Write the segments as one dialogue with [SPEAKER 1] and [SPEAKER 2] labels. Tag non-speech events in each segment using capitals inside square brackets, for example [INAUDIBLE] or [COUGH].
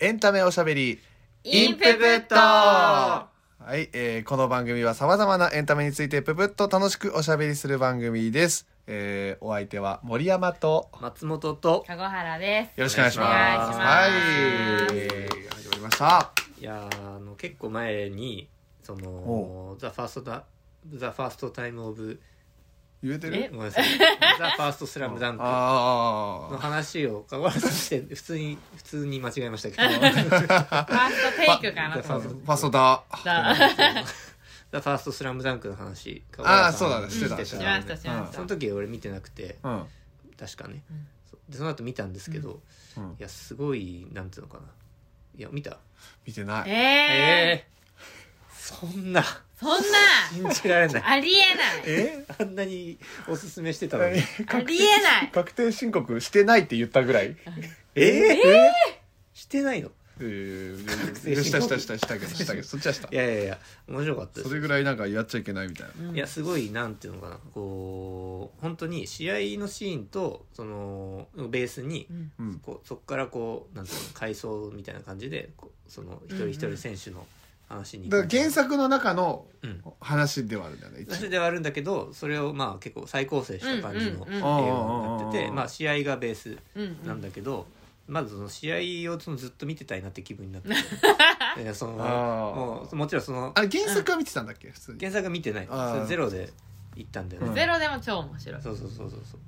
[SPEAKER 1] エンタメおしゃべり
[SPEAKER 2] インププット
[SPEAKER 1] はい、えーこの番組はさまざまなエンタメについてププッと楽しくおしゃべりする番組です、えーお相手は森山と
[SPEAKER 3] 松本と
[SPEAKER 2] 籠原です。
[SPEAKER 1] よろしくお願いします
[SPEAKER 2] お願いします
[SPEAKER 1] はい始まりました
[SPEAKER 3] いやーあの結構前にそ
[SPEAKER 1] お
[SPEAKER 3] のザファーストだザファーストタイムオブ
[SPEAKER 1] 言えて
[SPEAKER 3] え
[SPEAKER 1] る
[SPEAKER 3] ごめんなさいザファーストスラムダンク
[SPEAKER 1] [LAUGHS]
[SPEAKER 3] の
[SPEAKER 1] ああ
[SPEAKER 3] 話を籠原さんして普通に普通に間違えましたけど [LAUGHS]
[SPEAKER 2] ファーストテイクかな
[SPEAKER 3] フ
[SPEAKER 2] と
[SPEAKER 3] ァ
[SPEAKER 2] 思っ
[SPEAKER 3] ースト
[SPEAKER 1] ファソダ
[SPEAKER 2] た。
[SPEAKER 3] ザファーストスラムダンクの話
[SPEAKER 1] あーそうだねしてた
[SPEAKER 3] して
[SPEAKER 1] して
[SPEAKER 2] したましたしまし
[SPEAKER 3] そ
[SPEAKER 2] た
[SPEAKER 3] の。時俺見てなくて
[SPEAKER 1] うんうん
[SPEAKER 3] 確かね
[SPEAKER 2] うん
[SPEAKER 3] でその後見たんですけど、
[SPEAKER 1] うん
[SPEAKER 3] いやすごいなんていうのかないや見た
[SPEAKER 1] 見てない
[SPEAKER 2] ええ
[SPEAKER 3] えーそんな
[SPEAKER 2] ー、そんな
[SPEAKER 3] 信じられない
[SPEAKER 2] ありえない。
[SPEAKER 1] え
[SPEAKER 3] あんなにおすすめしてたのに。
[SPEAKER 2] ありえない。
[SPEAKER 1] 確定申告してないって言ったぐら
[SPEAKER 3] [LAUGHS]
[SPEAKER 1] い
[SPEAKER 3] ええしてないの
[SPEAKER 1] えー
[SPEAKER 3] 定申告
[SPEAKER 1] したしたしたしたけどしたけどそっちはした
[SPEAKER 3] いやいやいや、面白かったです。
[SPEAKER 1] それぐらいなんかやっちゃいけないみたいな
[SPEAKER 3] うんいや、すごい、なんていうのかな、こう、本当に試合のシーンと、その、ベースに
[SPEAKER 2] う、ん
[SPEAKER 1] うん
[SPEAKER 3] こうそこからこう、なんていうの、回想みたいな感じで、こうその、一人一人選手の話に行
[SPEAKER 1] だ
[SPEAKER 3] く
[SPEAKER 1] から原作の中の
[SPEAKER 3] うん。
[SPEAKER 1] 話ではあるんだよね一
[SPEAKER 3] それではあるんだけど、それをまあ結構再構成した感じ
[SPEAKER 2] うんうんうん
[SPEAKER 3] の映画になって
[SPEAKER 1] あ
[SPEAKER 3] て、
[SPEAKER 1] ー
[SPEAKER 3] まあ試合がベース
[SPEAKER 2] うん
[SPEAKER 3] なんだけど、まずその試合をそのずっと見てたいなって気分
[SPEAKER 2] [LAUGHS]
[SPEAKER 3] になっていやその
[SPEAKER 1] あー
[SPEAKER 3] もうもちろんその
[SPEAKER 1] あれ原作は見てたんだっけ普通に
[SPEAKER 3] 原作は見てない
[SPEAKER 1] あー
[SPEAKER 3] それゼロで行ったんだよ
[SPEAKER 1] う
[SPEAKER 3] ね、
[SPEAKER 1] ん
[SPEAKER 2] ゼロでも超面白い。
[SPEAKER 3] そうそうそうそうそう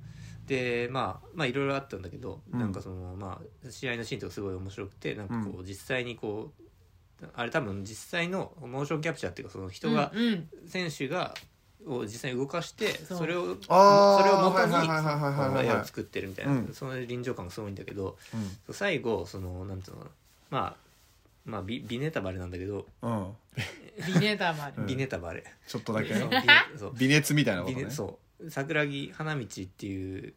[SPEAKER 3] でまあまあいろいろあったんだけど、
[SPEAKER 1] うん
[SPEAKER 3] なんかそのまあ試合のシーンとかすごい面白くてなんかこう実際にこうあれ多分実際のモーションキャプチャーっていうかその人が、
[SPEAKER 2] うんうん
[SPEAKER 3] 選手がを実際に動かして
[SPEAKER 2] そう
[SPEAKER 3] それを
[SPEAKER 1] あー
[SPEAKER 3] それを元に
[SPEAKER 1] はいはいはいはいはいはい
[SPEAKER 3] 絵を作ってるみたいな、
[SPEAKER 1] うん
[SPEAKER 3] その臨場感がすごいんだけど、
[SPEAKER 1] うん
[SPEAKER 3] 最後そのなんていうのかなまあまあビビネタバレなんだけど、
[SPEAKER 1] うん
[SPEAKER 2] ビネタまで
[SPEAKER 1] う。ん
[SPEAKER 3] ビネタバレ
[SPEAKER 1] ちょっとだけ
[SPEAKER 3] そうビネ
[SPEAKER 2] [LAUGHS]
[SPEAKER 3] そう
[SPEAKER 1] 微熱みたいなこと
[SPEAKER 3] ビ
[SPEAKER 1] ね
[SPEAKER 3] ネそう桜木花道っていう、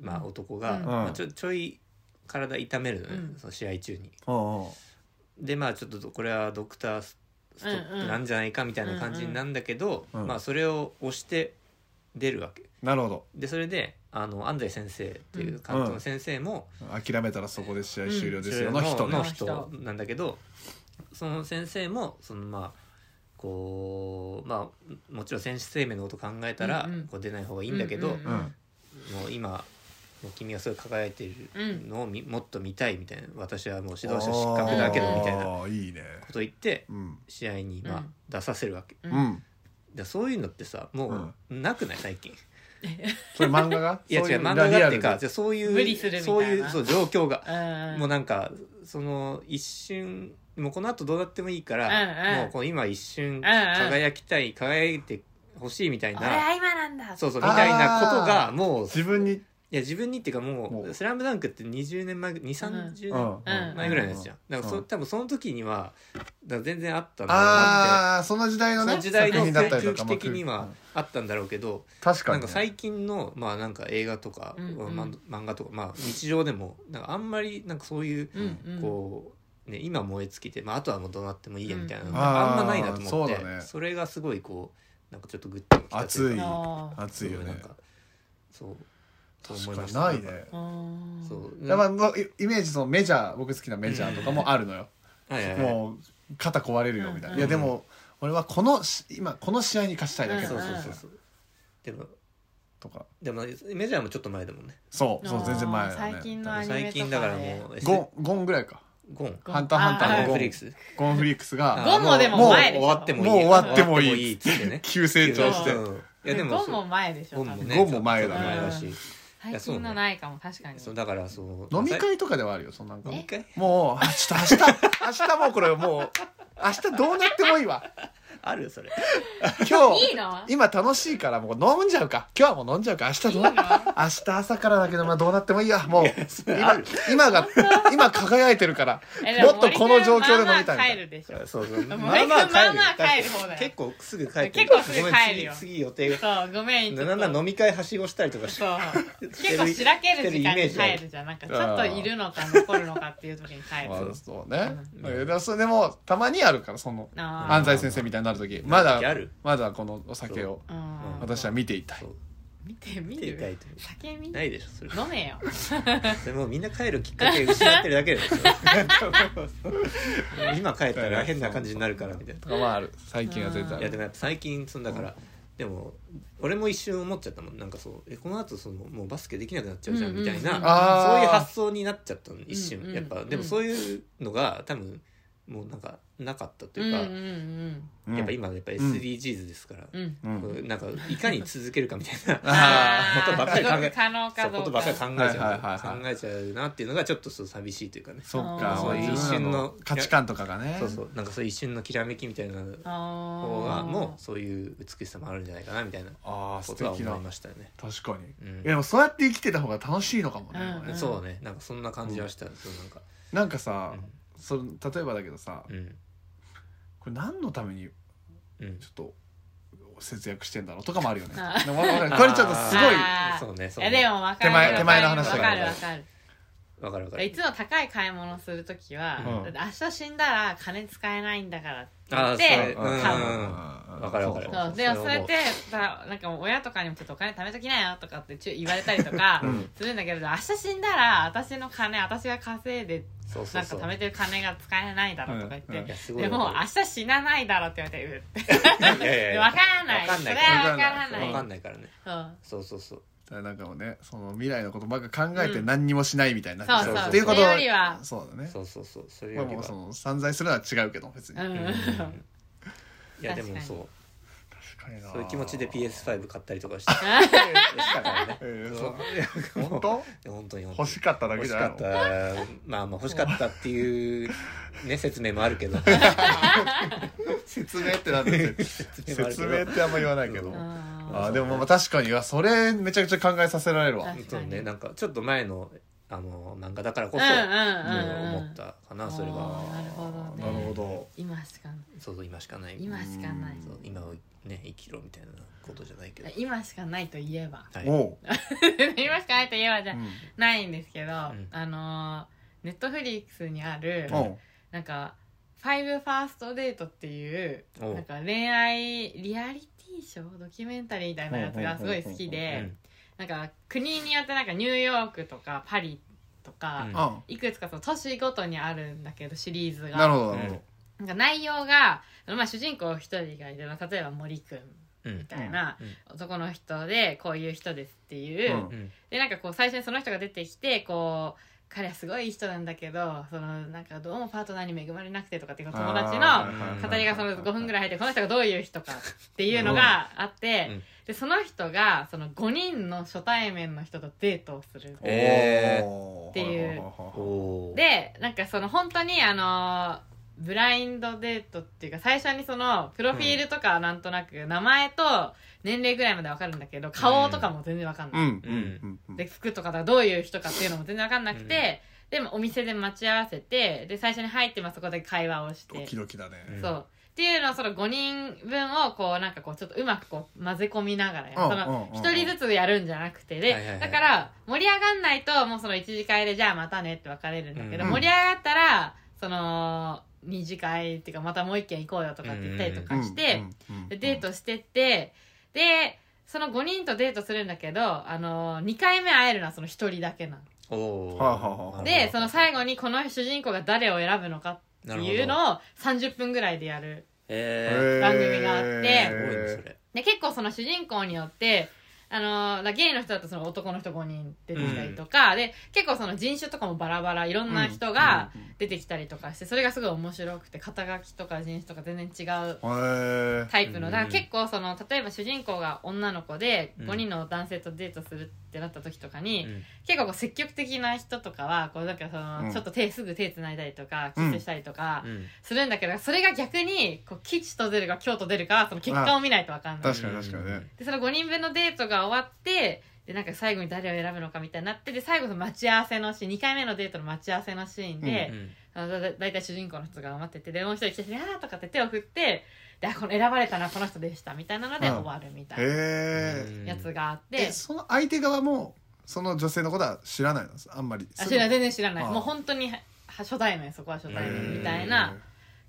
[SPEAKER 3] まあ、男が、
[SPEAKER 2] うん
[SPEAKER 3] まあ、ちょちょい体痛めるのね、
[SPEAKER 2] うん
[SPEAKER 3] その試合中に
[SPEAKER 1] うんうん
[SPEAKER 3] でまあちょっとこれはドクタースストップなんじゃないかみたいな感じなんだけど、
[SPEAKER 1] うんうん
[SPEAKER 3] まあそれを押して出るわけ
[SPEAKER 1] なるほど
[SPEAKER 3] でそれであの安西先生っていう監督の先生も、
[SPEAKER 1] 諦めたらそこで試合終了ですよの
[SPEAKER 3] それ
[SPEAKER 1] 人ね
[SPEAKER 3] の人なんだけどその先生もそのまあこうまあもちろん選手生命のこと考えたら、
[SPEAKER 2] うんうん
[SPEAKER 3] こう出ない方がいいんだけど、
[SPEAKER 2] うんうん
[SPEAKER 1] うんうん
[SPEAKER 3] もう今もう君がすごい輝いてるのをみ、もっと見たいみたいな私はもう指導者失格だけどみたいなこ
[SPEAKER 1] あーいいね
[SPEAKER 3] と言って
[SPEAKER 1] うん
[SPEAKER 3] 試合にまあ
[SPEAKER 2] うん
[SPEAKER 3] 出させるわけ、
[SPEAKER 2] う
[SPEAKER 1] うんん
[SPEAKER 3] でそういうのってさもうなくない最近
[SPEAKER 1] それ漫画が
[SPEAKER 3] いや
[SPEAKER 1] そう
[SPEAKER 3] 違う
[SPEAKER 1] な
[SPEAKER 3] 漫画
[SPEAKER 1] リ
[SPEAKER 3] だ
[SPEAKER 1] ア
[SPEAKER 3] って
[SPEAKER 1] ル
[SPEAKER 3] いう
[SPEAKER 1] で
[SPEAKER 3] かじゃあそういう
[SPEAKER 2] 無理するみたいな
[SPEAKER 3] そういうそう状況が
[SPEAKER 2] うん
[SPEAKER 3] もうなんかその一瞬もうこの後どうなってもいいから、
[SPEAKER 2] うんうん
[SPEAKER 3] もうこの今一瞬
[SPEAKER 2] ん
[SPEAKER 3] 輝きたい、輝いてほしいみたい
[SPEAKER 2] 俺
[SPEAKER 3] な
[SPEAKER 2] は今なんだ。
[SPEAKER 3] そうそう
[SPEAKER 1] あー
[SPEAKER 3] みたいなことがもうい
[SPEAKER 1] 自分に
[SPEAKER 3] や自分にっていうか
[SPEAKER 1] も
[SPEAKER 3] も
[SPEAKER 1] う
[SPEAKER 3] う「スラムダンクって20年前2 3 0
[SPEAKER 2] うん
[SPEAKER 3] 年前ぐらいのやつじゃん、だからそ
[SPEAKER 1] うん
[SPEAKER 3] 多分その時にはだから全然あったんだろうなって
[SPEAKER 1] ああその時代の
[SPEAKER 3] そ
[SPEAKER 1] ね
[SPEAKER 3] の時代の
[SPEAKER 1] 作品だったりと
[SPEAKER 3] 空
[SPEAKER 1] か
[SPEAKER 3] 気
[SPEAKER 1] まあ
[SPEAKER 3] 的にはあったんだろうけど、
[SPEAKER 1] 確か
[SPEAKER 3] な
[SPEAKER 1] に
[SPEAKER 3] ん
[SPEAKER 1] ね
[SPEAKER 3] か最近のまあなんか映画とか、
[SPEAKER 2] うんうん
[SPEAKER 3] ま漫画とかまあ日常でもなんかあんまりなんかそういう、
[SPEAKER 2] うんうん。
[SPEAKER 3] こう、ね、今燃え尽きて、まあ、あとはもうどうなってもいいやみたいなの
[SPEAKER 2] うん
[SPEAKER 3] があんまないなと思っ
[SPEAKER 1] あーそう
[SPEAKER 3] てそ,、
[SPEAKER 1] だね
[SPEAKER 3] れがすごいこうなんかちょっとグッときたと
[SPEAKER 1] 熱
[SPEAKER 3] う
[SPEAKER 1] い
[SPEAKER 3] か
[SPEAKER 2] あー
[SPEAKER 1] 熱いよ
[SPEAKER 3] そう
[SPEAKER 1] ね
[SPEAKER 3] なんかそうと思
[SPEAKER 1] 確
[SPEAKER 3] ま
[SPEAKER 1] かに
[SPEAKER 3] した
[SPEAKER 1] ないね
[SPEAKER 2] あー
[SPEAKER 3] そう
[SPEAKER 1] いやまあまあイイメージそのメジャー僕好きなメジャーとかもあるのよ
[SPEAKER 3] はいはいはい
[SPEAKER 1] もう肩壊れるよみたいな
[SPEAKER 2] うん
[SPEAKER 1] いやでも俺はこのし今この試合に勝ちたいだけだ
[SPEAKER 3] そう
[SPEAKER 1] み
[SPEAKER 3] そ
[SPEAKER 1] たい
[SPEAKER 3] う
[SPEAKER 1] な
[SPEAKER 3] そうそうでも
[SPEAKER 1] とか
[SPEAKER 3] でもメジャーもちょっと前だもんね
[SPEAKER 1] そう
[SPEAKER 2] あ
[SPEAKER 1] そう
[SPEAKER 2] ー
[SPEAKER 1] 全然前だ
[SPEAKER 2] 最
[SPEAKER 1] ね
[SPEAKER 2] 近のアニメとかで
[SPEAKER 3] 最近だからもう
[SPEAKER 1] ゴンゴンぐらいか
[SPEAKER 3] ンゴン
[SPEAKER 2] ゴン
[SPEAKER 1] ハンターハンタ
[SPEAKER 3] あ
[SPEAKER 1] ー
[SPEAKER 3] ネッ
[SPEAKER 1] の
[SPEAKER 3] ト
[SPEAKER 1] ゴ
[SPEAKER 3] フ
[SPEAKER 1] ン
[SPEAKER 3] リックス
[SPEAKER 1] ゴンフリックスが
[SPEAKER 3] ゴンもでも
[SPEAKER 2] 前でしょ
[SPEAKER 3] 終わってもいい
[SPEAKER 1] もう終わってもいい
[SPEAKER 3] 終わっっつってね
[SPEAKER 1] 急成長して
[SPEAKER 3] うんいやで
[SPEAKER 2] で
[SPEAKER 3] も
[SPEAKER 2] もゴンも前でしょ。
[SPEAKER 3] ゴン
[SPEAKER 2] 多
[SPEAKER 3] も
[SPEAKER 2] 分
[SPEAKER 3] ね
[SPEAKER 1] ゴンも前だね
[SPEAKER 3] 前だし
[SPEAKER 2] 最近のないかも確かに。
[SPEAKER 3] そうだからそう
[SPEAKER 1] 飲み会とかではあるよそのなんか
[SPEAKER 3] 飲み会
[SPEAKER 1] もうあちょっと明日明日もうこれもう明日どうなってもいいわ
[SPEAKER 3] あるそれ
[SPEAKER 1] 今
[SPEAKER 2] いい
[SPEAKER 1] 日
[SPEAKER 2] の？
[SPEAKER 1] 今楽しいからもう飲んじゃうか今日はもう飲んじゃうか明日どう明日朝からだけどまあどうなってもいいわもう今今が今輝いてるから
[SPEAKER 2] [LAUGHS] えで
[SPEAKER 1] もっとこの状況で飲みたいみたいな
[SPEAKER 2] 森君まあまあ帰るでしょ。
[SPEAKER 3] そうそう。
[SPEAKER 2] 森君まあまあ帰る方だよ
[SPEAKER 3] 結構すぐ帰って
[SPEAKER 2] 結構すぐ帰るよ
[SPEAKER 3] ごめん次次予定が。
[SPEAKER 2] そうごめん。ちょっと
[SPEAKER 3] なんなら飲み会はしごしたりとかして。
[SPEAKER 2] そう。
[SPEAKER 3] し
[SPEAKER 2] 結
[SPEAKER 3] てる
[SPEAKER 2] 構しらける時間に
[SPEAKER 3] してる
[SPEAKER 2] 帰
[SPEAKER 3] イメージある
[SPEAKER 2] るじゃん。なんかちょっといるのか残るのかっていう時に帰
[SPEAKER 1] まあ
[SPEAKER 2] る。
[SPEAKER 1] そうね
[SPEAKER 3] うん
[SPEAKER 1] だけどそれでもたまにあるからその
[SPEAKER 2] あ
[SPEAKER 1] 安西先生みたいになる時まだ
[SPEAKER 3] ある
[SPEAKER 1] まだこのお酒を
[SPEAKER 2] あ。うん
[SPEAKER 1] 私は見ていたい
[SPEAKER 3] そう
[SPEAKER 2] 見って見
[SPEAKER 3] 手痛
[SPEAKER 2] る
[SPEAKER 3] いと
[SPEAKER 2] 酒見
[SPEAKER 3] な
[SPEAKER 2] 飲
[SPEAKER 3] いでしょそれ
[SPEAKER 2] めよ
[SPEAKER 3] それもうみんな帰るきっかけ失ってるだけ [LAUGHS] ですよ今帰ったら変な感じになるからみたいな
[SPEAKER 1] とかまあある最近は全然あ
[SPEAKER 3] いや
[SPEAKER 1] る
[SPEAKER 3] でもやっぱ最近そのだから、でも俺も一瞬思っちゃったもんなんかそうえこの後そのもうバスケできなくなっちゃうじゃんみたいな、
[SPEAKER 2] うんうんう
[SPEAKER 1] あ
[SPEAKER 2] ん
[SPEAKER 1] ー
[SPEAKER 3] そういう発想になっちゃったの一瞬、
[SPEAKER 2] うんうんうん
[SPEAKER 3] やっぱでもそういうのが多分もうなんかなかったというか、
[SPEAKER 2] うんうん
[SPEAKER 3] やっぱ今やっぱ SDGs ですから、
[SPEAKER 2] うんうん
[SPEAKER 1] うんうん
[SPEAKER 3] こうなんかいかに続けるかみたいな
[SPEAKER 2] [LAUGHS]
[SPEAKER 1] あ
[SPEAKER 3] ことばっかり考え
[SPEAKER 2] 可能
[SPEAKER 3] そ
[SPEAKER 2] かど
[SPEAKER 3] うこ
[SPEAKER 2] うか
[SPEAKER 3] とばっかり考えちゃう、
[SPEAKER 1] はいはいはい
[SPEAKER 3] 考えちゃうなっていうのがちょっとそう寂しいというかね
[SPEAKER 1] そっ
[SPEAKER 2] あ
[SPEAKER 1] か
[SPEAKER 2] ー
[SPEAKER 1] 俺
[SPEAKER 2] そう
[SPEAKER 1] 一瞬の
[SPEAKER 3] 一瞬の
[SPEAKER 1] 価値観とかがね
[SPEAKER 3] そうそうなんかそういう一瞬のきらめきみたいな方が
[SPEAKER 2] あー
[SPEAKER 3] もうそういう美しさもあるんじゃないかなみたいな
[SPEAKER 1] ああ
[SPEAKER 3] こ
[SPEAKER 1] 素
[SPEAKER 3] とは
[SPEAKER 1] 敵
[SPEAKER 3] 思
[SPEAKER 1] ない
[SPEAKER 3] ましたね。
[SPEAKER 1] 確かに
[SPEAKER 3] うん
[SPEAKER 1] いやでもそうやって生きてた方が楽しいのかもね、
[SPEAKER 2] うん
[SPEAKER 1] 俺
[SPEAKER 3] そうねなんかそんな感じはした、そうなんか
[SPEAKER 1] なんかさ、その例えばだけどさ、
[SPEAKER 3] うんうん
[SPEAKER 1] これ何のために
[SPEAKER 3] うん
[SPEAKER 1] ちょっと節約してんだろうとかもあるよね
[SPEAKER 2] あー
[SPEAKER 1] でもわかるこれちょっとすごい
[SPEAKER 2] あー
[SPEAKER 3] そうねそう
[SPEAKER 2] えで
[SPEAKER 3] ね
[SPEAKER 2] も分かる
[SPEAKER 1] 手前手前の話だ
[SPEAKER 2] 分
[SPEAKER 1] けど
[SPEAKER 2] かる分かる
[SPEAKER 3] わかるわか
[SPEAKER 2] い
[SPEAKER 3] る
[SPEAKER 2] つも高い買い物するときは、
[SPEAKER 1] うん
[SPEAKER 2] だって明日死んだら金使えないんだからって言っ
[SPEAKER 3] ああそうね
[SPEAKER 2] て
[SPEAKER 3] うん
[SPEAKER 1] うん
[SPEAKER 3] うんわかるわかる
[SPEAKER 1] そう
[SPEAKER 2] そうで
[SPEAKER 3] そ
[SPEAKER 2] もそ
[SPEAKER 3] う
[SPEAKER 2] うやってだなんか親とかにもちょっとお金貯めときなよとかってちゅ言われたりとか
[SPEAKER 1] うん
[SPEAKER 2] するんだけど、明日死んだら私の金私が稼いで
[SPEAKER 3] そうそ
[SPEAKER 2] な
[SPEAKER 3] うん
[SPEAKER 2] か
[SPEAKER 3] そう
[SPEAKER 2] 貯めてる金が使えないだろとか言って、
[SPEAKER 1] うんうん
[SPEAKER 3] いやすごい
[SPEAKER 2] でも
[SPEAKER 3] わ
[SPEAKER 2] 明日死なないだろって言われてうって
[SPEAKER 3] かるいやいやいや
[SPEAKER 2] 分からない
[SPEAKER 3] わかん
[SPEAKER 2] そ
[SPEAKER 3] な
[SPEAKER 2] れ
[SPEAKER 3] い
[SPEAKER 2] は
[SPEAKER 3] か
[SPEAKER 2] 分から
[SPEAKER 3] ら
[SPEAKER 2] ない
[SPEAKER 3] わかんないからね
[SPEAKER 2] うん
[SPEAKER 3] そうそうそう
[SPEAKER 1] だからなんかもうねその未来のことばっか考えて何にもしないみたいになっちゃ
[SPEAKER 2] そう
[SPEAKER 3] そう
[SPEAKER 1] っていうこと
[SPEAKER 2] それよりは
[SPEAKER 1] そうだね
[SPEAKER 3] そうそうそうそれ
[SPEAKER 1] まあ
[SPEAKER 3] より
[SPEAKER 1] もう
[SPEAKER 3] は
[SPEAKER 1] その散財するのは違うけど別に、
[SPEAKER 2] うん
[SPEAKER 3] うんうんうんいやで
[SPEAKER 2] 確か
[SPEAKER 3] も
[SPEAKER 2] に
[SPEAKER 3] そう
[SPEAKER 1] 確かにな
[SPEAKER 3] そういう気持ちで PS5 買ったりとかしてしたからね
[SPEAKER 1] えー
[SPEAKER 3] そう
[SPEAKER 1] [LAUGHS] そう本当
[SPEAKER 3] 本当に本当
[SPEAKER 1] 欲
[SPEAKER 3] に
[SPEAKER 1] しかっただ
[SPEAKER 3] 欲
[SPEAKER 1] け
[SPEAKER 3] し
[SPEAKER 1] じゃない
[SPEAKER 3] か
[SPEAKER 1] の
[SPEAKER 3] ったまあまあ欲しかったっていう
[SPEAKER 1] [LAUGHS]
[SPEAKER 3] ね説明もあるけど
[SPEAKER 1] 説明ってなんで
[SPEAKER 3] [LAUGHS] もある
[SPEAKER 1] 説
[SPEAKER 3] けど
[SPEAKER 1] 明ってあんま言わないけど、
[SPEAKER 3] うん
[SPEAKER 2] あ
[SPEAKER 1] あーでもまあ確かにいやそれめちゃくちゃ考えさせられるわ
[SPEAKER 2] 確
[SPEAKER 3] そ
[SPEAKER 2] か
[SPEAKER 3] う
[SPEAKER 2] に
[SPEAKER 3] ねなんかちょっと前のあの漫画だからこそ、
[SPEAKER 2] ーうんうんうんうん
[SPEAKER 3] もう思ったかなそれ
[SPEAKER 2] あ
[SPEAKER 3] は
[SPEAKER 2] ーなるほどね
[SPEAKER 1] なるほど
[SPEAKER 2] 今しかない
[SPEAKER 3] そうそう今しかない
[SPEAKER 2] 今しかない
[SPEAKER 3] そう今をね生きろみたいなことじゃないけど、
[SPEAKER 2] 今しかないと言えば [LAUGHS]
[SPEAKER 3] はい、
[SPEAKER 1] おう、
[SPEAKER 2] 今しかないと言えばじゃ
[SPEAKER 1] うん
[SPEAKER 2] ないんですけど、
[SPEAKER 3] ん
[SPEAKER 2] あのネットフリックスにある、
[SPEAKER 1] おう
[SPEAKER 2] なんか「ファイブファーストデート」っていう
[SPEAKER 3] おう
[SPEAKER 2] なんか恋愛リアリティショードキュメンタリーみたいなやつがすごい好き
[SPEAKER 3] う
[SPEAKER 2] で
[SPEAKER 3] ん
[SPEAKER 2] なんか国によってなんかニューヨークとかパリとか、
[SPEAKER 3] うん
[SPEAKER 1] あ
[SPEAKER 2] いくつかその都市ごとにあるんだけどシリーズが
[SPEAKER 1] なるほどなるほど、
[SPEAKER 2] なんか内容が、まあ、主人公一人がいてまあ例えば森くん
[SPEAKER 3] うん
[SPEAKER 2] みたいな、男の人でこういう人ですっていう、
[SPEAKER 1] うん
[SPEAKER 3] うん
[SPEAKER 2] でなんかこう最初にその人が出てきてこう彼はすごいいい人なんだけどそのなんかどうもパートナーに恵まれなくてとかっていう友達の
[SPEAKER 3] ー
[SPEAKER 2] 語りがその5分ぐらい入ってこの人がどういう人かっていうのがあって、
[SPEAKER 3] うん
[SPEAKER 2] でその人がその5人の初対面の人とデートをする。
[SPEAKER 3] ええー
[SPEAKER 1] おー
[SPEAKER 2] っていう
[SPEAKER 3] おー
[SPEAKER 2] でなんかその本当にあのブラインドデートっていうか最初にそのプロフィールとかはなんとなく名前と年齢ぐらいまでわかるんだけど顔とかも全然わかん
[SPEAKER 1] う
[SPEAKER 2] ない、
[SPEAKER 1] んうんうん
[SPEAKER 2] で服とかだどういう人かっていうのも全然わかんなくて、でもお店で待ち合わせてで最初に入ってまあそこで会話をして
[SPEAKER 1] ドキドキだね
[SPEAKER 3] うん
[SPEAKER 2] そう。っていうのをその5人分をこうなんかこうちょっとうまくこう混ぜ込みながらやる
[SPEAKER 1] うん
[SPEAKER 2] そ
[SPEAKER 1] うんうん
[SPEAKER 2] の1人ずつやるんじゃなくてで、
[SPEAKER 3] はいはいはい
[SPEAKER 2] だから盛り上がんないともうその1次会でじゃあまたねって別れるんだけど、
[SPEAKER 1] うん
[SPEAKER 2] 盛り上がったらその2次会っていうかまたもう一軒行こうよとかって言ったりとかして、
[SPEAKER 1] うんうんうん
[SPEAKER 2] でデートしてってでその5人とデートするんだけど、あの2回目会えるのはその1人だけなの。
[SPEAKER 3] おー
[SPEAKER 1] はあはあはあ
[SPEAKER 2] で、その最
[SPEAKER 3] 後
[SPEAKER 2] 後にこの主人公が誰を選ぶのかっていうのを30分ぐらいでやる。
[SPEAKER 3] え
[SPEAKER 2] 番組があって
[SPEAKER 3] ー、すごいねそれ
[SPEAKER 2] で結構その主人公によってあのだゲイの人だとその男の人5人出てきたりとか、で結構その人種とかもバラバラいろんな人が出てきたりとかしてそれがすごい面白くて肩書きとか人種とか全然違う
[SPEAKER 1] へえ
[SPEAKER 2] タイプのだか
[SPEAKER 3] う
[SPEAKER 2] ら
[SPEAKER 3] ん
[SPEAKER 2] 結構その例えば主人公が女の子で
[SPEAKER 3] うん
[SPEAKER 2] 5人の男性とデートするってなった時とかに、
[SPEAKER 3] うん
[SPEAKER 2] 結構こう積極的な人とかはこうなんかその、
[SPEAKER 1] うん
[SPEAKER 2] ちょっと手すぐ手つないだりとかキスしたりとか
[SPEAKER 3] うん
[SPEAKER 2] するんだけど、それが逆にこう吉と出るか凶と出るかはその結果を見ないと分かんない。
[SPEAKER 1] 確かに確かにね
[SPEAKER 2] でその5人分のデートが終わってでなんか最後に誰を選ぶのかみたいになってで最後の待ち合わせのシーン2回目のデートの待ち合わせのシーン
[SPEAKER 3] う
[SPEAKER 2] で、
[SPEAKER 3] ん
[SPEAKER 2] あのだだいたい主人公の人が待っててでもう一人来て「あー」とかって手を振ってであこの選ばれたのはこの人でしたみたいなので
[SPEAKER 1] うん
[SPEAKER 2] 終わるみたいな
[SPEAKER 1] へ
[SPEAKER 3] うん
[SPEAKER 2] やつがあって、
[SPEAKER 1] えその相手側もその女性のことは知らないのあんまり
[SPEAKER 2] あ知らない全然知らない
[SPEAKER 1] あー
[SPEAKER 2] もう本当には初対面そこは初対面みたいな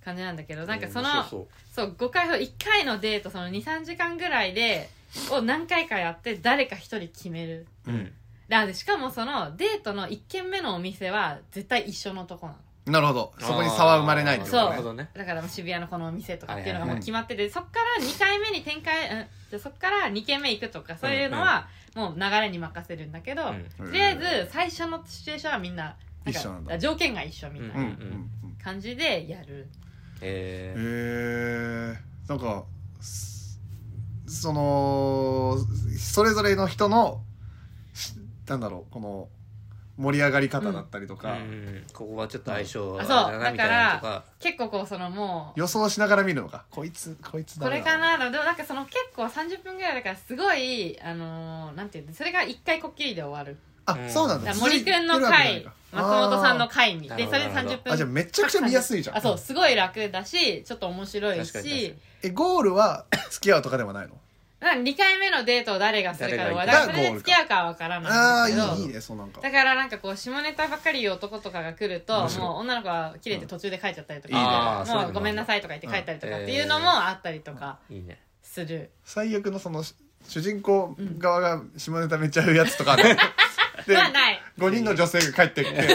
[SPEAKER 2] 感じなんだけどなんか
[SPEAKER 3] うん
[SPEAKER 2] その
[SPEAKER 3] 面白そう
[SPEAKER 2] そう5回ほど1回のデートその23時間ぐらいでを何回かやって誰か1人決める
[SPEAKER 1] う
[SPEAKER 3] うんん、
[SPEAKER 2] だしかもそのデートの1軒目のお店は絶対一緒のとこなの
[SPEAKER 1] なるほどそこに差は生まれないってこと
[SPEAKER 2] そう
[SPEAKER 3] なる
[SPEAKER 1] ね
[SPEAKER 3] ほどね
[SPEAKER 2] だから渋谷のこのお店とかっていうのが
[SPEAKER 1] はいはいはい
[SPEAKER 2] もう決まってて、そっから2回目に展開、うんじゃあそっから2軒目行くとかそういうのはもう流れに任せるんだけど、
[SPEAKER 3] う
[SPEAKER 2] とりあえず最初のシチュエーションはみんななんか
[SPEAKER 1] 一緒なんだ
[SPEAKER 2] 条件が一緒みたい
[SPEAKER 1] うんう
[SPEAKER 2] なん感じでやる、
[SPEAKER 1] へ
[SPEAKER 3] えー
[SPEAKER 1] えー、なんかすそのそれぞれの人のしなんだろうこの盛り上がり方だったりとか、
[SPEAKER 3] うんここはちょっと相性
[SPEAKER 2] ん
[SPEAKER 3] あれだなみたいなのとか
[SPEAKER 2] 結構こうそのもう
[SPEAKER 1] 予想しながら見るのかこいつこいつ
[SPEAKER 2] こ
[SPEAKER 1] ダメ
[SPEAKER 2] れ
[SPEAKER 1] だ
[SPEAKER 2] かなでもなんかその結構30分ぐらいだからすごいあのーなんていうのそれが1回こっきりで終わる
[SPEAKER 1] あ、
[SPEAKER 3] うん
[SPEAKER 1] そうなんだ
[SPEAKER 2] だから森くんの回松本さんの
[SPEAKER 1] 回
[SPEAKER 2] 回に
[SPEAKER 3] あー
[SPEAKER 2] でそれで
[SPEAKER 3] なるほど
[SPEAKER 2] 30分
[SPEAKER 1] あじゃあめちゃくちゃ見やすいじゃん
[SPEAKER 2] あそうすごい楽だしちょっと面白い
[SPEAKER 3] 確かに確か
[SPEAKER 2] し
[SPEAKER 3] に
[SPEAKER 1] えゴールは付き合うとかではないの
[SPEAKER 2] だから2回目のデートを誰がするかで終わるだ
[SPEAKER 1] 誰が行く
[SPEAKER 2] からそれで付き合うかは分から
[SPEAKER 1] あ
[SPEAKER 2] な
[SPEAKER 1] あ
[SPEAKER 2] いんだ
[SPEAKER 1] ーいいい
[SPEAKER 2] け
[SPEAKER 1] い
[SPEAKER 2] ど
[SPEAKER 1] ねそうなんか
[SPEAKER 2] だからなんかこう下ネタばっかり言う男とかが来ると
[SPEAKER 1] 面白い
[SPEAKER 2] もう女の子は切れて途中で帰っちゃったりと
[SPEAKER 1] いいね
[SPEAKER 2] か
[SPEAKER 3] あーそういうの
[SPEAKER 2] も
[SPEAKER 3] も
[SPEAKER 2] うごめんなさいとか言って帰ったりとか
[SPEAKER 3] う
[SPEAKER 2] っ
[SPEAKER 3] ん
[SPEAKER 2] ていうのもあったりとか
[SPEAKER 3] いいね
[SPEAKER 2] する
[SPEAKER 1] 最悪のそのし主人公側が下ネタめっちゃ言うやつと
[SPEAKER 2] [LAUGHS]
[SPEAKER 1] かあるで
[SPEAKER 2] まあない [LAUGHS]
[SPEAKER 1] 5人の女性が帰ってきて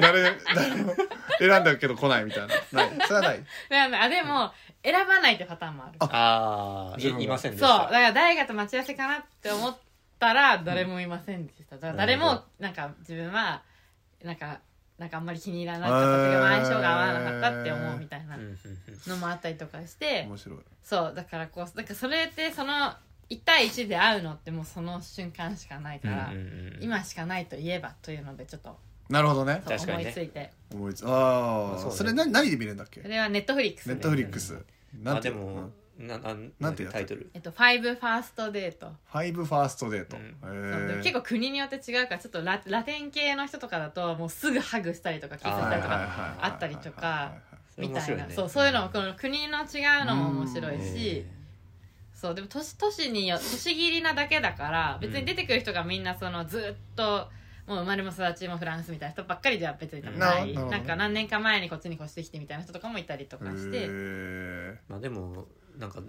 [SPEAKER 1] 誰誰も選んだけど来ないみたいなないそれはない
[SPEAKER 2] まあまあでも選ばないってパターンもある
[SPEAKER 3] ああ
[SPEAKER 1] 自分が
[SPEAKER 3] いいません
[SPEAKER 2] そ
[SPEAKER 3] で
[SPEAKER 2] う
[SPEAKER 3] し
[SPEAKER 2] だか
[SPEAKER 3] た
[SPEAKER 2] ら誰かと待ち合わせかなって思ったら誰もいませんでしただから誰もなんか自分はなんかなんかあんまり気に入らなかったというかまあ相性が合わなかったって思うみたいな
[SPEAKER 3] うんうん
[SPEAKER 2] のもあったりとかして
[SPEAKER 1] 面白い
[SPEAKER 2] そうだからこうだからそれってその1対1で会うのってもうその瞬間しかないから、
[SPEAKER 3] うんうんうん
[SPEAKER 2] 今しかないといえばというのでちょっと
[SPEAKER 1] なるほどね
[SPEAKER 2] そう
[SPEAKER 3] 確か
[SPEAKER 2] 思
[SPEAKER 3] に
[SPEAKER 2] い
[SPEAKER 3] ね
[SPEAKER 2] ついて、
[SPEAKER 1] 思いつああ
[SPEAKER 3] そう
[SPEAKER 1] そ,、
[SPEAKER 3] ね
[SPEAKER 1] れ何何で見れるんだっけ
[SPEAKER 2] それはネットフリックス
[SPEAKER 1] ネ
[SPEAKER 2] で
[SPEAKER 1] ットフリックス
[SPEAKER 3] まあ
[SPEAKER 1] て
[SPEAKER 3] でもななん
[SPEAKER 1] なんてやつ
[SPEAKER 3] タイトル
[SPEAKER 2] えっと、5ファーストデート
[SPEAKER 1] ファイブファーストデート、
[SPEAKER 3] うん
[SPEAKER 1] へ
[SPEAKER 2] そうで
[SPEAKER 1] ー
[SPEAKER 2] も結構国によって違うからちょっとララテン系の人とかだともうすぐハグしたりとかキスしたりと
[SPEAKER 3] はいはい
[SPEAKER 2] か
[SPEAKER 3] はい
[SPEAKER 2] あったりとかみた
[SPEAKER 3] 面
[SPEAKER 2] い
[SPEAKER 3] 白
[SPEAKER 2] な
[SPEAKER 3] ね
[SPEAKER 2] そうそういうのもこの国の違うのも面白い
[SPEAKER 1] うん
[SPEAKER 2] し
[SPEAKER 3] えー
[SPEAKER 2] そうでも都市都市によ都市切りなだけだから別に出てくる人がみんなそのずっともう生まれも育ちもフランスみたいな人ばっかりじゃ別に多分ない
[SPEAKER 1] なるほど
[SPEAKER 2] なんか何年か前にこっちに越してきてみたいな人とかもいたりとかし
[SPEAKER 1] へ
[SPEAKER 2] て
[SPEAKER 1] ー
[SPEAKER 3] まあでもなんか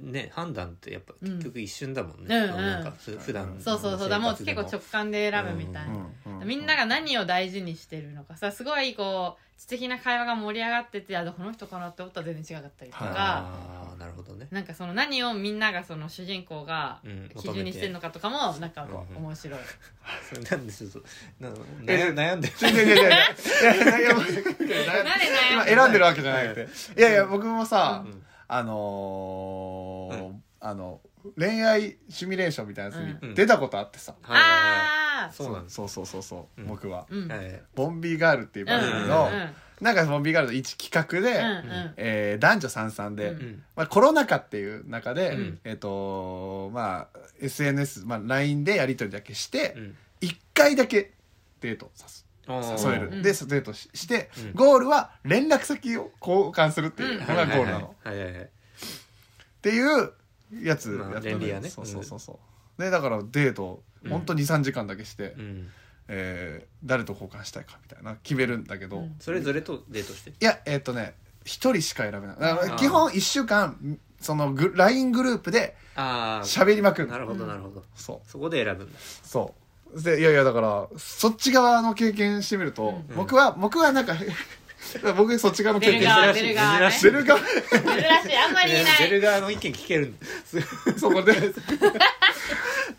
[SPEAKER 3] ね判断ってやっぱ
[SPEAKER 2] うん
[SPEAKER 3] 結局一瞬だもんね、
[SPEAKER 2] うんうん
[SPEAKER 3] なんかふ普段の
[SPEAKER 2] そうそうそうだもう
[SPEAKER 3] 生活
[SPEAKER 2] 結構
[SPEAKER 3] で
[SPEAKER 2] 直感で選ぶみたい
[SPEAKER 1] う
[SPEAKER 2] な。
[SPEAKER 1] んう
[SPEAKER 2] み
[SPEAKER 1] [LAUGHS]
[SPEAKER 2] んなが何を大事にしてるのかさすごいこう知的な会話が盛り上がっててあこの人かなって思ったら全然違かったりとか、
[SPEAKER 3] ああなるほどね、 [LAUGHS]
[SPEAKER 2] なんかその何をみんながその主人公が
[SPEAKER 3] うん、
[SPEAKER 2] 基準にしてるのかとかもなんかこう面白い、
[SPEAKER 3] それなんでちょっとな
[SPEAKER 1] え
[SPEAKER 3] 悩悩んでる
[SPEAKER 1] いやいやいやいやいやいや
[SPEAKER 2] なんで
[SPEAKER 1] 今
[SPEAKER 2] 悩む
[SPEAKER 1] 選んでるわけじゃなくていやいや僕もさ、
[SPEAKER 3] うん
[SPEAKER 1] あのーあの恋愛シミュレーションみたいなやつ
[SPEAKER 3] う
[SPEAKER 1] に
[SPEAKER 3] ん
[SPEAKER 1] 出たことあってさ、
[SPEAKER 3] はいは
[SPEAKER 2] ああ
[SPEAKER 3] いそうなんです
[SPEAKER 1] そうそうそうそう、
[SPEAKER 3] うん
[SPEAKER 1] 僕は
[SPEAKER 2] うんうん
[SPEAKER 3] いはい、
[SPEAKER 1] ボンビーガールっていう
[SPEAKER 2] うん
[SPEAKER 1] 番
[SPEAKER 2] うん
[SPEAKER 1] 組
[SPEAKER 2] うん
[SPEAKER 1] の、なんかボンビーガールの一企画で、
[SPEAKER 2] うんうん
[SPEAKER 1] えー男女三々で、
[SPEAKER 2] うん
[SPEAKER 3] うん
[SPEAKER 1] まあ、コロナ禍っていう中で、
[SPEAKER 3] うん
[SPEAKER 1] えっ、とまあ SNS、まあ、LINE でやり取りだけして
[SPEAKER 3] う、ん
[SPEAKER 1] 一回だけデートさす
[SPEAKER 3] あー
[SPEAKER 1] 添える、
[SPEAKER 2] うん
[SPEAKER 1] でデートしして、
[SPEAKER 3] うん
[SPEAKER 1] ゴールは連絡先を交換するっていうのがゴールなの、っ
[SPEAKER 3] はいはいはい
[SPEAKER 1] ていうやつ
[SPEAKER 3] まあ
[SPEAKER 1] やった
[SPEAKER 3] 便利やね
[SPEAKER 1] そうそうそうそうでだからデートを
[SPEAKER 3] うん
[SPEAKER 1] ほんと23時間だけして、
[SPEAKER 3] うん
[SPEAKER 1] えー誰と交換したいかみたいな決めるんだけど、
[SPEAKER 2] うん
[SPEAKER 1] い
[SPEAKER 3] それぞれとデートして
[SPEAKER 1] やえっ、とね一人しか選べないだから
[SPEAKER 3] あー
[SPEAKER 1] 基本1週間そのグ LINE グループで
[SPEAKER 3] ああ
[SPEAKER 1] 喋りまくる
[SPEAKER 3] なるほどなるほど
[SPEAKER 1] そう
[SPEAKER 3] そこで選ぶんだ
[SPEAKER 1] そうでいやいやだからそっち側の経験してみると、
[SPEAKER 2] うん
[SPEAKER 1] 僕は僕はなんか [LAUGHS] 僕そっち側の経
[SPEAKER 2] 出
[SPEAKER 1] 験
[SPEAKER 2] る
[SPEAKER 1] して
[SPEAKER 2] 側
[SPEAKER 3] 珍
[SPEAKER 2] 出
[SPEAKER 3] しい
[SPEAKER 2] る側ね
[SPEAKER 3] 珍し
[SPEAKER 1] 出る
[SPEAKER 3] [LAUGHS]
[SPEAKER 1] 側
[SPEAKER 2] 珍しいあんまりいな
[SPEAKER 3] ベ
[SPEAKER 2] い
[SPEAKER 3] ルガーの意見聞け
[SPEAKER 2] [LAUGHS]
[SPEAKER 3] るんだす
[SPEAKER 1] そこで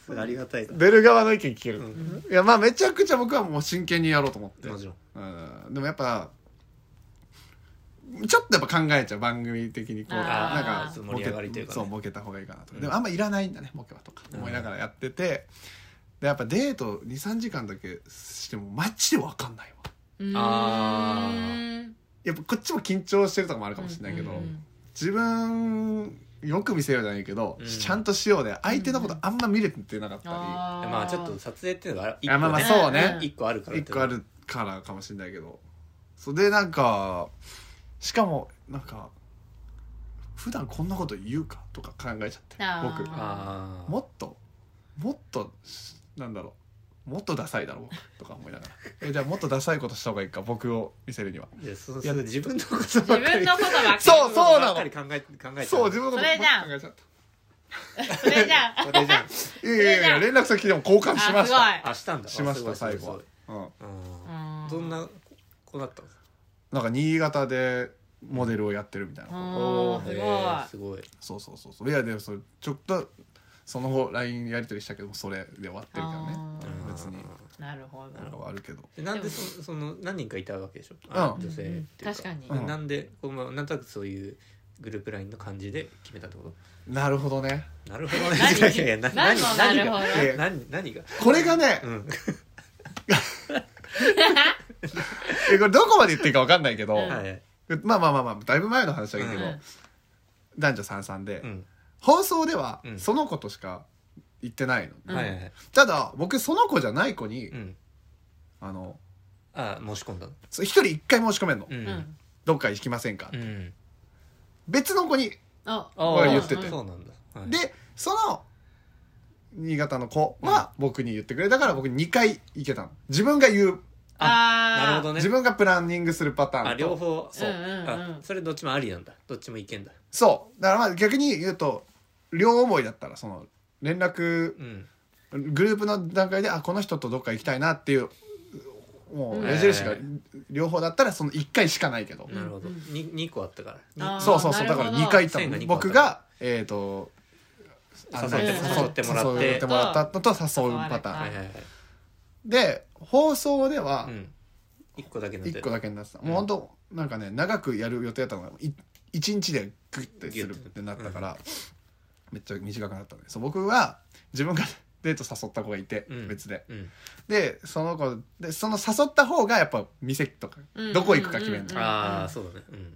[SPEAKER 3] ごいありがたいな
[SPEAKER 1] 出る側の意見聞ける、
[SPEAKER 3] うん
[SPEAKER 1] いやまあめちゃくちゃ僕はもう真剣にやろうと思って、
[SPEAKER 3] もちろん
[SPEAKER 1] うん、でもやっぱちょっとやっぱ考えちゃう番組的にこう
[SPEAKER 2] あ
[SPEAKER 1] なん
[SPEAKER 2] ー
[SPEAKER 1] か
[SPEAKER 3] そう盛り上がりというかね
[SPEAKER 1] そうボケた方がいいかなとか、
[SPEAKER 3] うん
[SPEAKER 1] でもあんまいらないんだねボケはとか思いながらやってて、でやっぱデート23時間だけしてもマジで分かんないわ
[SPEAKER 2] うーん
[SPEAKER 3] あ
[SPEAKER 1] やっぱこっちも緊張してるとかもあるかもしれないけど、
[SPEAKER 2] うんうん
[SPEAKER 1] 自分よく見せようじゃないけど、
[SPEAKER 3] うん
[SPEAKER 1] ちゃんとしようで相手のことあんま見れてなかったり、
[SPEAKER 2] あー
[SPEAKER 3] まあちょっと撮影っていうのが一個
[SPEAKER 1] あまあまあそうね
[SPEAKER 3] 一個あるからって
[SPEAKER 1] 一個あるからかもしれないけどそれでなんかしかもなんか普段こんなこと言うかとか考えちゃって
[SPEAKER 2] あー
[SPEAKER 1] 僕
[SPEAKER 3] ああ
[SPEAKER 1] もっともっとしなんだろうもっとダサいだろうとか思いながら [LAUGHS] えじゃあもっとダサいことした方がいいか僕を見せるには
[SPEAKER 3] やそ
[SPEAKER 1] いや
[SPEAKER 3] その自分のことば
[SPEAKER 2] 自
[SPEAKER 3] っか
[SPEAKER 2] 分
[SPEAKER 3] り
[SPEAKER 2] のことばっかり
[SPEAKER 1] そうそうな
[SPEAKER 3] ば
[SPEAKER 1] の
[SPEAKER 3] っかり考え考えちゃ
[SPEAKER 1] そう自分のこと
[SPEAKER 2] それじゃん
[SPEAKER 1] 考えちゃっ
[SPEAKER 2] それじゃあ
[SPEAKER 3] これじゃん
[SPEAKER 1] たいやいやいや
[SPEAKER 2] それ
[SPEAKER 1] 連
[SPEAKER 2] じ
[SPEAKER 1] 絡先でも交換しまし
[SPEAKER 2] あ
[SPEAKER 1] た
[SPEAKER 3] あしたんだ
[SPEAKER 1] しました
[SPEAKER 3] あすごい
[SPEAKER 1] 最
[SPEAKER 3] すごい
[SPEAKER 1] 後は、うん、
[SPEAKER 3] すごい
[SPEAKER 2] すご
[SPEAKER 3] うんど
[SPEAKER 2] い
[SPEAKER 3] んな子だったの
[SPEAKER 1] なんか新潟でモデルをやってるみたいな、
[SPEAKER 2] うん
[SPEAKER 3] ー
[SPEAKER 2] すごい
[SPEAKER 3] へーすごい
[SPEAKER 1] そうそうそうそういやでもそれちょっとその後 LINE やり取りしたけどもそれで終わってるからね
[SPEAKER 2] あー
[SPEAKER 1] 別に
[SPEAKER 2] なるほ
[SPEAKER 1] なんか
[SPEAKER 2] ど
[SPEAKER 1] はあるけど
[SPEAKER 3] でなんでそその何人かいたわけでしょあ
[SPEAKER 1] うん
[SPEAKER 3] 女性っていう
[SPEAKER 2] 確かに
[SPEAKER 1] うん
[SPEAKER 3] なんでこうまあなんとなくそういうグループラインの感じで決めたってこと
[SPEAKER 1] なるほどね
[SPEAKER 3] なるほどね
[SPEAKER 2] 何
[SPEAKER 3] いやいやいやな
[SPEAKER 2] 何
[SPEAKER 3] 何
[SPEAKER 2] の
[SPEAKER 3] 何
[SPEAKER 2] なるほ
[SPEAKER 3] が
[SPEAKER 2] ど
[SPEAKER 1] いや
[SPEAKER 3] 何何が
[SPEAKER 1] これがね、
[SPEAKER 3] うん
[SPEAKER 1] えこれどこまで言っていいか分かんないけど、
[SPEAKER 2] うん
[SPEAKER 3] はい
[SPEAKER 1] まあまあまあまあだいぶ前の話だけど、
[SPEAKER 2] うん
[SPEAKER 1] 男女三三で、
[SPEAKER 3] うん
[SPEAKER 1] 放送では
[SPEAKER 3] うん
[SPEAKER 1] その子としか言ってないの、
[SPEAKER 2] うん
[SPEAKER 3] はいはいはい
[SPEAKER 1] ただ僕その子じゃない子に、
[SPEAKER 3] うん
[SPEAKER 1] あの
[SPEAKER 3] あ申し込んだの
[SPEAKER 1] そう一人一回申し込めんの、
[SPEAKER 3] う
[SPEAKER 2] うんん
[SPEAKER 1] どっか行きませんか、
[SPEAKER 3] うん
[SPEAKER 1] 別の子に
[SPEAKER 2] あ
[SPEAKER 3] あ
[SPEAKER 1] は
[SPEAKER 3] ー
[SPEAKER 1] 言ってて
[SPEAKER 3] そうなんだはい
[SPEAKER 1] でその新潟の子は僕に言ってくれたから僕2回行けたの自分が言う、
[SPEAKER 2] あ
[SPEAKER 3] なるほどね
[SPEAKER 1] 自分がプランニングするパターンと
[SPEAKER 3] あ両方そう
[SPEAKER 2] うんうんうん
[SPEAKER 3] あそれどっちもありなんだどっちもいけんだ
[SPEAKER 1] そうだからまあ逆に言うと両思いだったらその連絡
[SPEAKER 3] うん
[SPEAKER 1] グループの段階であこの人とどっか行きたいなっていうも
[SPEAKER 2] う
[SPEAKER 1] うん目印が
[SPEAKER 3] え
[SPEAKER 1] 両方だったらその1回しかないけど、
[SPEAKER 3] なるほど
[SPEAKER 2] うん
[SPEAKER 3] に二個あったからに
[SPEAKER 2] あー
[SPEAKER 1] そうそうそうだ
[SPEAKER 2] なる
[SPEAKER 1] か
[SPEAKER 2] ほど
[SPEAKER 1] ら2回行った
[SPEAKER 3] 線が
[SPEAKER 1] の
[SPEAKER 3] 二個あった
[SPEAKER 1] 僕がえっ、と
[SPEAKER 3] 誘っ
[SPEAKER 1] あ
[SPEAKER 3] て
[SPEAKER 1] の
[SPEAKER 3] 誘ってもらって
[SPEAKER 1] 誘ってもらったのと誘うパタ
[SPEAKER 2] 誘
[SPEAKER 1] ー
[SPEAKER 2] わ
[SPEAKER 3] はい
[SPEAKER 1] ン
[SPEAKER 3] はいはい
[SPEAKER 1] で放送では、
[SPEAKER 3] うん一個だけなん
[SPEAKER 1] 一個だけになってた、もうほんとなんかね長くやる予定だったのがい一日でグッてするってなったから、めっちゃ短くなったのでそう僕は自分がデート誘った子がいて、
[SPEAKER 3] うん
[SPEAKER 1] 別で
[SPEAKER 3] うん
[SPEAKER 1] でその子でその誘った方がやっぱ店とか、
[SPEAKER 2] うん
[SPEAKER 1] どこ行くか決めるの、
[SPEAKER 2] うん
[SPEAKER 3] ああそうだねうん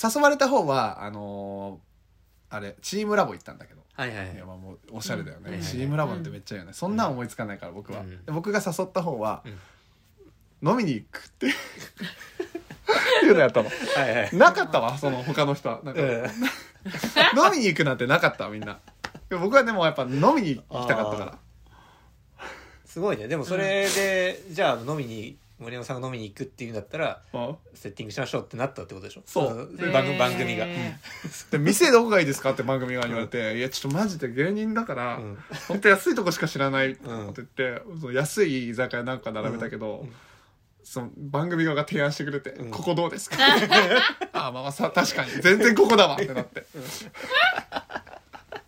[SPEAKER 1] 誘われた方はあのーあれチームラボ行ったんだけど、
[SPEAKER 3] はいはい
[SPEAKER 1] いや
[SPEAKER 3] は
[SPEAKER 1] まあもうおしゃれだよね、
[SPEAKER 3] うん
[SPEAKER 1] チームラボってめっちゃいいよね、そんなん思いつかないから僕は、
[SPEAKER 3] うん
[SPEAKER 1] で僕が誘った方は、飲みに行くって [LAUGHS] いうのやったの
[SPEAKER 3] いはいはい
[SPEAKER 1] なかったわその他の人はなんか
[SPEAKER 3] うん
[SPEAKER 1] 飲みに行くなんてなかったわみんなでも僕はでもやっぱ飲みに行きたかったから
[SPEAKER 3] すごいねでもそれでじゃあ飲みに森山さんが飲みに行くっていうんだったら
[SPEAKER 1] うん
[SPEAKER 3] セッティングしましょうってなったってことでしょ
[SPEAKER 1] そう
[SPEAKER 3] の番組番組が
[SPEAKER 2] へ
[SPEAKER 1] で店どこがいいですかって番組側に言われて「いやちょっとマジで芸人だから、
[SPEAKER 3] うん
[SPEAKER 1] ほんと安いとこしか知らない」って
[SPEAKER 3] うん
[SPEAKER 1] 言って、その安い居酒屋なんか並べたけど、その番組側が提案してくれて「
[SPEAKER 3] ん
[SPEAKER 1] ここどうです
[SPEAKER 3] [LAUGHS]
[SPEAKER 1] か? 」あまあまあさ確かに全然ここだわ」ってなって
[SPEAKER 2] ー
[SPEAKER 3] あ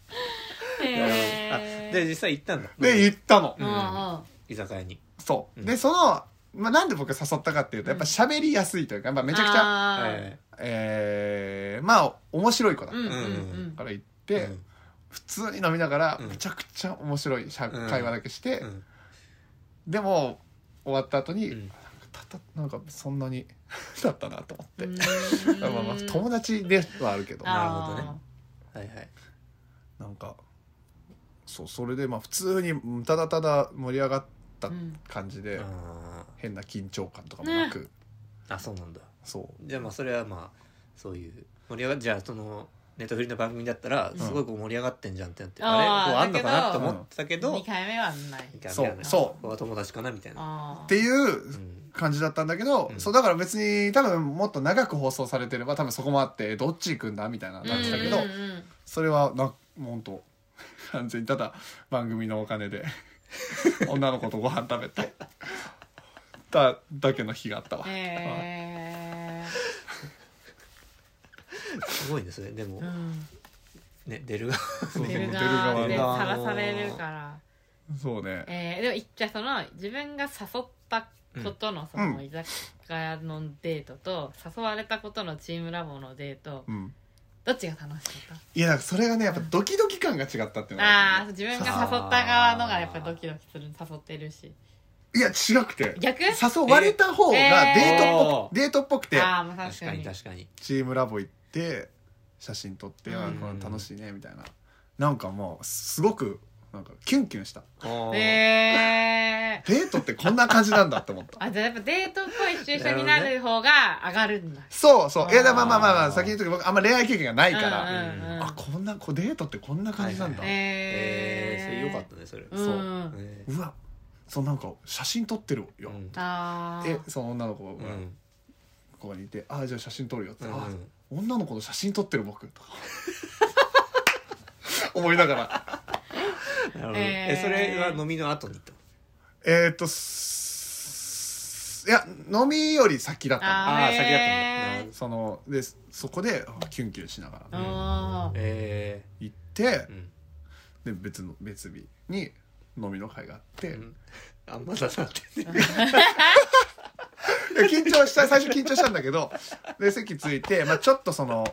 [SPEAKER 2] へー
[SPEAKER 3] で実際行ったんだ
[SPEAKER 1] で行ったの、
[SPEAKER 2] うんうん
[SPEAKER 3] 居酒屋に
[SPEAKER 1] そう、
[SPEAKER 3] うん
[SPEAKER 1] でその、まあ、なんで僕が誘ったかっていうとやっぱ喋りやすいというか、まあ、めちゃくちゃ
[SPEAKER 2] あ
[SPEAKER 3] は
[SPEAKER 2] ー
[SPEAKER 3] いはい
[SPEAKER 1] えー、まあ面白い子だ
[SPEAKER 2] うんうんう
[SPEAKER 3] うん
[SPEAKER 2] ん
[SPEAKER 1] から行って、
[SPEAKER 3] うん
[SPEAKER 1] 普通に飲みながら
[SPEAKER 3] うん
[SPEAKER 1] めちゃくちゃ面白いしゃ、
[SPEAKER 3] うん
[SPEAKER 1] 会話だけして、
[SPEAKER 3] うん
[SPEAKER 1] でも終わった後に、
[SPEAKER 3] うん
[SPEAKER 1] たたなんかそんなに [LAUGHS] だったなと思って、
[SPEAKER 2] うん
[SPEAKER 1] まあまあ友達ではあるけど
[SPEAKER 3] あ
[SPEAKER 1] な
[SPEAKER 3] なるほどねはいはい
[SPEAKER 1] んかそうそれでまあ普通にうんただただ盛り上がった
[SPEAKER 2] うん
[SPEAKER 1] 感じで、
[SPEAKER 3] あ
[SPEAKER 1] 変な緊張感とかもなく、
[SPEAKER 3] ーあそうなんだ
[SPEAKER 1] そう
[SPEAKER 3] じゃあまあそれはまあそういう盛り上がじゃあそのネットフリの番組だったら
[SPEAKER 2] うん
[SPEAKER 3] すごいこう盛り上がってんじゃんってなって、
[SPEAKER 2] あー
[SPEAKER 3] あれこうあんのかな
[SPEAKER 2] だけ
[SPEAKER 3] と
[SPEAKER 2] ど
[SPEAKER 3] 思ってたけど、
[SPEAKER 2] 二回目はない
[SPEAKER 3] みたいな
[SPEAKER 1] そうそう
[SPEAKER 3] ここは友達かなみたいな、
[SPEAKER 2] あ
[SPEAKER 1] っていう
[SPEAKER 3] うん、
[SPEAKER 1] 感じだったんだけど、
[SPEAKER 3] うん
[SPEAKER 1] そうだから別に多分もっと長く放送されてれば多分そこもあってどっち行くんだみたいな
[SPEAKER 2] ー
[SPEAKER 1] なってたけど、
[SPEAKER 2] うんうんうん
[SPEAKER 1] それはなもうほんと [LAUGHS] 完全にただ番組のお金
[SPEAKER 3] [LAUGHS]
[SPEAKER 1] で女の子とご飯食べてただけの日があったわ、
[SPEAKER 2] へ
[SPEAKER 3] すごいですねでも
[SPEAKER 2] ーうん
[SPEAKER 3] ね出るが
[SPEAKER 1] そう
[SPEAKER 2] 出る
[SPEAKER 1] 出る側
[SPEAKER 2] 側
[SPEAKER 1] の
[SPEAKER 2] でさらされるから
[SPEAKER 1] そうね
[SPEAKER 2] えー、でもいじゃあその自分が誘ったことのそ
[SPEAKER 1] うん
[SPEAKER 2] の居酒屋のデートと、誘われたことのチームラボのデート
[SPEAKER 1] うん
[SPEAKER 2] どっちが楽しかっ
[SPEAKER 1] いやだからそれがねやっぱドキドキ感が違ったっていうの
[SPEAKER 2] た
[SPEAKER 1] が
[SPEAKER 2] あ
[SPEAKER 1] あ
[SPEAKER 2] ー
[SPEAKER 1] るんだよね、
[SPEAKER 2] 自分が誘った側のがやっぱドキドキする誘ってるし
[SPEAKER 1] いや違くて
[SPEAKER 2] 逆
[SPEAKER 1] 誘われた方が
[SPEAKER 2] えー
[SPEAKER 1] デートっぽ
[SPEAKER 3] えー
[SPEAKER 1] く、デートっぽくて
[SPEAKER 2] ああまあ
[SPEAKER 3] 確
[SPEAKER 2] 確
[SPEAKER 3] か
[SPEAKER 2] か
[SPEAKER 3] に
[SPEAKER 2] に
[SPEAKER 3] 確かに
[SPEAKER 1] チームラボ行って写真撮って、あ
[SPEAKER 2] うん
[SPEAKER 1] これ楽しいねみたいななんかもうすごくなんかキュンキュンした
[SPEAKER 3] あー
[SPEAKER 2] えー、
[SPEAKER 1] デートってこんな感じなんだって思った
[SPEAKER 2] あじゃあやっぱデートっぽいシチュエーションになる方が上がるんだ
[SPEAKER 1] そうそういやだまあまあまあま
[SPEAKER 3] あ
[SPEAKER 1] あ
[SPEAKER 3] ー
[SPEAKER 1] 先に言っとくけど僕あんま恋愛経験がないから、
[SPEAKER 3] んう
[SPEAKER 1] あこんなこうデートってこんな感じなんだ、
[SPEAKER 3] はいは
[SPEAKER 2] えー、
[SPEAKER 3] えー、それよかったねそれ、
[SPEAKER 2] うん
[SPEAKER 1] そう
[SPEAKER 2] うん
[SPEAKER 3] え
[SPEAKER 1] うわそのなんか写真撮ってるよ、
[SPEAKER 3] うん
[SPEAKER 2] あ
[SPEAKER 1] え
[SPEAKER 2] ー
[SPEAKER 1] その女の子が、
[SPEAKER 3] うん
[SPEAKER 1] ここにいて「ああじゃあ写真撮るよ」って、
[SPEAKER 3] うん
[SPEAKER 1] あ女の子の写真撮ってる僕」とか思いながら
[SPEAKER 3] なるほど
[SPEAKER 2] えー
[SPEAKER 3] えそれは飲みの後にと
[SPEAKER 1] えーっとすいや飲みより先だった
[SPEAKER 2] あー
[SPEAKER 3] ああ先だったんだ
[SPEAKER 2] へー
[SPEAKER 3] なるほ
[SPEAKER 1] の
[SPEAKER 3] ど
[SPEAKER 1] そのでそこであキュンキュンしながら
[SPEAKER 2] あー
[SPEAKER 3] え
[SPEAKER 1] 行って
[SPEAKER 3] ーう、ん
[SPEAKER 1] で別の別日に飲みの会があって、
[SPEAKER 3] うんあまだなってね
[SPEAKER 1] いや緊張した最初緊張したんだけどで席ついて、まあ、ちょっとその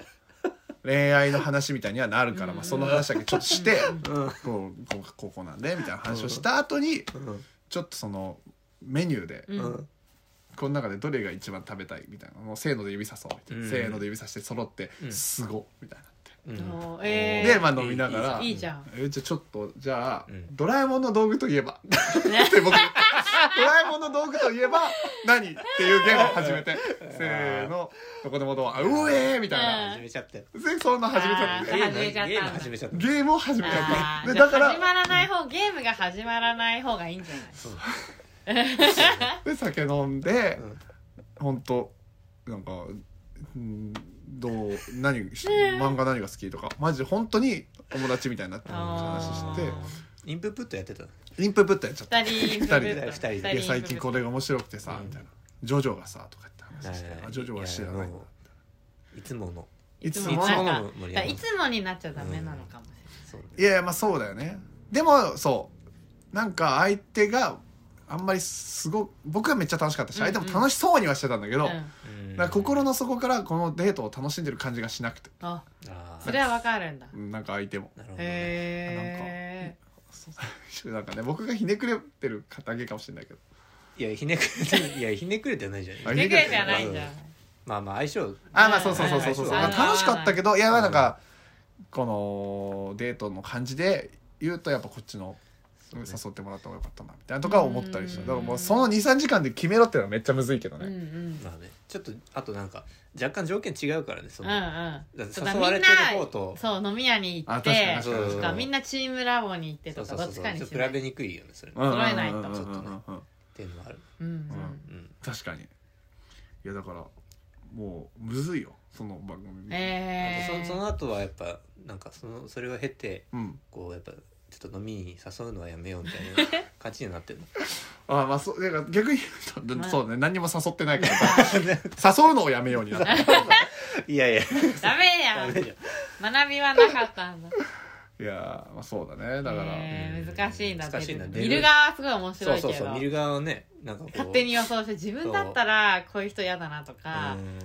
[SPEAKER 1] 恋愛の話みたいにはなるから、まあ、その話だけちょっとして
[SPEAKER 3] うん
[SPEAKER 1] こうこうこうこうなんでみたいな話をした後に
[SPEAKER 3] うん
[SPEAKER 1] ちょっとそのメニューで
[SPEAKER 2] うん
[SPEAKER 3] うん
[SPEAKER 1] この中でどれが一番食べたいみたいなのをせーので指さそうみたいな、
[SPEAKER 3] うん
[SPEAKER 1] せーので指さして揃って「
[SPEAKER 3] うん
[SPEAKER 1] すご」みたいになって。
[SPEAKER 3] うん
[SPEAKER 2] おーえー
[SPEAKER 1] でまあ飲みながら
[SPEAKER 2] いいじゃん
[SPEAKER 1] えじゃあちょっとじゃあ、
[SPEAKER 3] うん
[SPEAKER 1] ドラえもんの道具といえば」
[SPEAKER 2] [LAUGHS]
[SPEAKER 1] って僕ドラえもんの道具といえば何?」っていうゲームを始めて「せーのどこでもドアうえ!」みたいな
[SPEAKER 3] 始めちゃったよ
[SPEAKER 1] でそんな始めちゃっ
[SPEAKER 2] あ
[SPEAKER 1] て
[SPEAKER 2] ー始めちゃったんだ
[SPEAKER 3] ゲーム始めちゃった
[SPEAKER 1] ゲームを始めちゃっ [LAUGHS] たで
[SPEAKER 2] あーじゃあ
[SPEAKER 1] だから
[SPEAKER 2] 始まらない方ゲームが始まらない方がいいんじゃない
[SPEAKER 3] そう
[SPEAKER 1] で酒飲んで
[SPEAKER 3] うん
[SPEAKER 1] 本当なんかうんどう何し漫画何が好きとかマジで本当に友達みたいになって話
[SPEAKER 2] あ
[SPEAKER 1] して
[SPEAKER 2] ー
[SPEAKER 3] インププットやってた
[SPEAKER 1] インプブッとやっちゃった
[SPEAKER 2] 二人
[SPEAKER 1] 二人で
[SPEAKER 2] 二人
[SPEAKER 3] 二人
[SPEAKER 1] 「いや最近これが面白くてさ」
[SPEAKER 3] うん
[SPEAKER 1] みたいな「ジョジョがさ」とかって話して
[SPEAKER 3] はい
[SPEAKER 1] あ「ジョジョは知らないんだ
[SPEAKER 3] いやいつもの
[SPEAKER 1] いつ
[SPEAKER 3] いつ
[SPEAKER 1] も
[SPEAKER 3] もの
[SPEAKER 2] なんか
[SPEAKER 3] 盛り上がる
[SPEAKER 2] だからいつもになっちゃダメなのかもし
[SPEAKER 3] そうね」
[SPEAKER 1] いやいやまあそうだよねでもそうなんか相手があんまりすご僕はめっちゃ楽しかったし
[SPEAKER 2] うんう
[SPEAKER 1] 相
[SPEAKER 2] ん
[SPEAKER 1] 手も楽しそうにはしてたんだけ
[SPEAKER 2] れ
[SPEAKER 1] ど
[SPEAKER 2] ない、う
[SPEAKER 1] なん
[SPEAKER 2] ん、
[SPEAKER 3] うん
[SPEAKER 1] か心の底からこのデートを楽しんでる感じがしなくて
[SPEAKER 2] あ
[SPEAKER 3] あー
[SPEAKER 2] それはわかるんだ
[SPEAKER 1] うんなんか相手も
[SPEAKER 3] なるほどね
[SPEAKER 2] へえ
[SPEAKER 1] そう [LAUGHS] なんかね僕がひねくれてる方げかもしれないけど
[SPEAKER 3] いやひねくれていやひねくれてはないじゃ
[SPEAKER 1] あ
[SPEAKER 3] ない
[SPEAKER 1] ひね
[SPEAKER 2] で
[SPEAKER 1] く
[SPEAKER 2] く
[SPEAKER 1] れ
[SPEAKER 2] れ
[SPEAKER 1] て
[SPEAKER 2] じ
[SPEAKER 1] は
[SPEAKER 2] ゃ
[SPEAKER 1] な
[SPEAKER 2] ないい
[SPEAKER 1] ん
[SPEAKER 2] ん
[SPEAKER 1] だ
[SPEAKER 2] じゃ
[SPEAKER 3] まあまあ相性
[SPEAKER 1] あまあそうそうそうそうそうそう
[SPEAKER 3] はいはい
[SPEAKER 1] 楽しかったけどいやなんかこのデートの感じで言うとやっぱこっちの
[SPEAKER 3] ね
[SPEAKER 1] 誘ってもらった方がよかったなみたいなとか思ったりした
[SPEAKER 2] うん
[SPEAKER 1] だからもうその23時間で決めろってのはめっちゃむずいけど
[SPEAKER 2] うんうん
[SPEAKER 1] ね、
[SPEAKER 3] まあねちょっとあとなんか若干条件違うからねそ
[SPEAKER 2] うん
[SPEAKER 3] の
[SPEAKER 2] うん
[SPEAKER 3] だっ
[SPEAKER 2] そ
[SPEAKER 3] て
[SPEAKER 2] うだ
[SPEAKER 3] 誘われてる方
[SPEAKER 2] みん
[SPEAKER 3] と
[SPEAKER 2] なそう飲み屋に行
[SPEAKER 1] あ
[SPEAKER 2] っ
[SPEAKER 1] 確か
[SPEAKER 2] て
[SPEAKER 1] に
[SPEAKER 3] そう
[SPEAKER 2] とかみんなチームラボに行って
[SPEAKER 3] そ
[SPEAKER 2] と
[SPEAKER 3] うそ
[SPEAKER 2] か
[SPEAKER 3] うそ
[SPEAKER 2] ど
[SPEAKER 3] う
[SPEAKER 2] っ
[SPEAKER 3] ち
[SPEAKER 2] ちかに
[SPEAKER 3] ょっと
[SPEAKER 2] し
[SPEAKER 3] 比
[SPEAKER 2] ない
[SPEAKER 3] べにくいよねそれっ
[SPEAKER 1] うんうんうんうんうん
[SPEAKER 2] 揃えないと
[SPEAKER 1] うんうんうん
[SPEAKER 3] ていうのもある
[SPEAKER 2] うんうん
[SPEAKER 3] うん
[SPEAKER 1] 確かにいやだからもうむずいよその番組
[SPEAKER 2] え
[SPEAKER 3] あ
[SPEAKER 2] え
[SPEAKER 3] とそその後はやっぱなんかそのそれを経て
[SPEAKER 1] うん
[SPEAKER 3] こうやっぱちょっと飲みに誘うのはやめようみたい [LAUGHS] な感じになってるの
[SPEAKER 1] あまあそうだから逆に言うと、
[SPEAKER 2] まあ
[SPEAKER 1] そうね何にも誘ってないから誘うのをやめようになった
[SPEAKER 3] いやいや
[SPEAKER 2] ダメ
[SPEAKER 3] ダ
[SPEAKER 2] や
[SPEAKER 3] メじゃん
[SPEAKER 2] ん学びはなかったんだ
[SPEAKER 1] いやーまあそうだねだから、
[SPEAKER 2] えー難しいんだ
[SPEAKER 3] 難しいんだ
[SPEAKER 2] 見る側はすごい面
[SPEAKER 3] [LAUGHS] そ
[SPEAKER 2] 白
[SPEAKER 3] う
[SPEAKER 2] いけ
[SPEAKER 3] そう
[SPEAKER 2] ど
[SPEAKER 3] そう見る側はねなんかこう
[SPEAKER 2] 勝手に予想して自分だったらこういう人嫌だなとか
[SPEAKER 3] うん